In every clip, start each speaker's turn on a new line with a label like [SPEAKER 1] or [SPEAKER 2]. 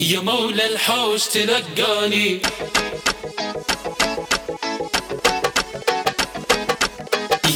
[SPEAKER 1] يا مولى الحوش تلقاني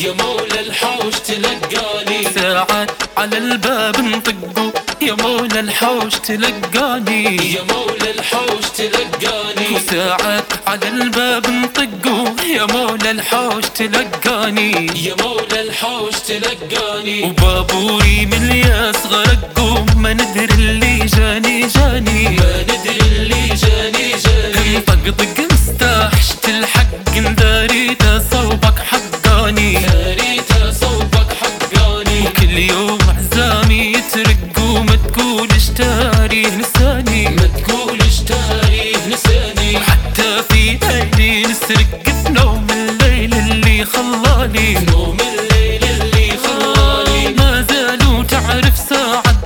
[SPEAKER 1] يا مولى الحوش تلقاني
[SPEAKER 2] ساعة على الباب نطقوا يا مولى الحوش تلقاني
[SPEAKER 1] يا مولى الحوش تلقاني
[SPEAKER 2] وساعة على الباب نطقوا يا مولى الحوش تلقاني
[SPEAKER 1] يا مولى الحوش تلقاني
[SPEAKER 2] وبابوري من الياس غرقوا ما ندري اللي جاني جاني
[SPEAKER 1] ما ندري اللي جاني جاني
[SPEAKER 2] طقطق مستحشت الحق نداري تصوبك حقاني
[SPEAKER 1] تاريتا صوبك حقاني
[SPEAKER 2] وكل يوم عزامي يترق وما تقولش تاري لساني
[SPEAKER 1] ما تقولش تاريخ نساني
[SPEAKER 2] حتى في ليلي نسرق بنوم الليل اللي خلاني
[SPEAKER 1] نوم الليل اللي خلاني
[SPEAKER 2] ما زالوا تعرف ساعد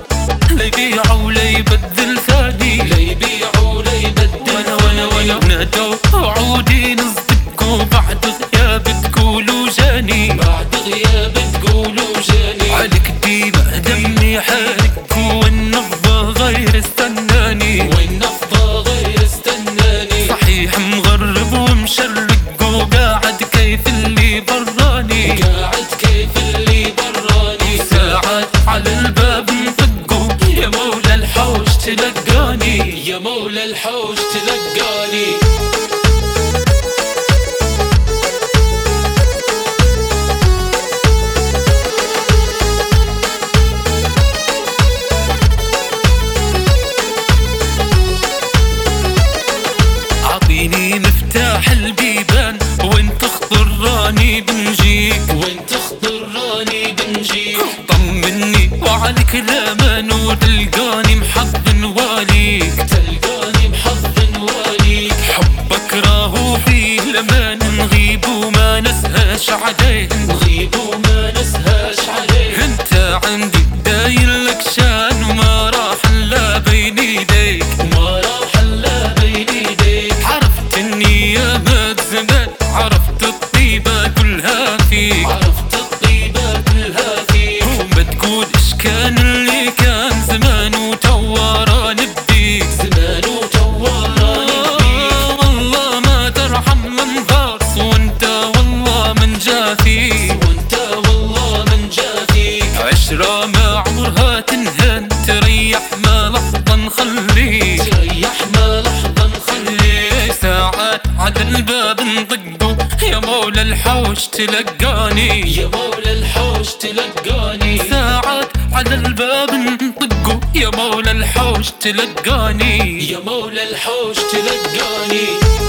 [SPEAKER 2] لا يبيع ولا يبدل ثاني
[SPEAKER 1] لا يبيع ولا يبدل
[SPEAKER 2] وانا وانا وانا نادوا عودي نصدقكم بعد غيابك قولوا جاني
[SPEAKER 1] بعد غياب تقولوا جاني
[SPEAKER 2] عليك ديما دمي حارق والنبضة غير استناني
[SPEAKER 1] والنفضة غير استناني
[SPEAKER 2] صحيح مغرب ومشرق وقاعد كيف اللي براني
[SPEAKER 1] قاعد كيف اللي براني
[SPEAKER 2] ساعات على الباب نطقوا يا مولى الحوش تلقاني
[SPEAKER 1] يا مولى الحوش تلقاني
[SPEAKER 2] عطيني مفتاح البيبان وانت خضراني بنجيك
[SPEAKER 1] وانت خضراني بنجيك
[SPEAKER 2] طمني وعليك الامان وتلقاني محضن واليك
[SPEAKER 1] تلقاني بحظ واليك
[SPEAKER 2] حبك راهو فيه لما نغيب وما نسهاش عليك
[SPEAKER 1] نغيب وما نسهاش عليك
[SPEAKER 2] انت عندي داير لك شان وما راح لا بين ايديك
[SPEAKER 1] وما راح الا بين ايديك
[SPEAKER 2] عرفت النيابات زمان عرفت الطيبة كلها فيك
[SPEAKER 1] عرفت الطيبة كلها فيك
[SPEAKER 2] وما تقولش كان اللي كان زمان وتوا راني بديك
[SPEAKER 1] زمان وتوراني بديك
[SPEAKER 2] آه والله ما ترحم من غارس وانت والله من جافيك
[SPEAKER 1] وانت والله من جافيك
[SPEAKER 2] عشرة ما عمرها تنهان تريح ما لحظة نخليك
[SPEAKER 1] تريح ما لحظة نخليك
[SPEAKER 2] ليه ساعات على الباب نطقوا يا مولى الحوش تلقاني
[SPEAKER 1] يا مولى الحوش تلقاني
[SPEAKER 2] ساعات على الباب نطقوا يا مولى الحوش تلقاني
[SPEAKER 1] يا مولى الحوش تلقاني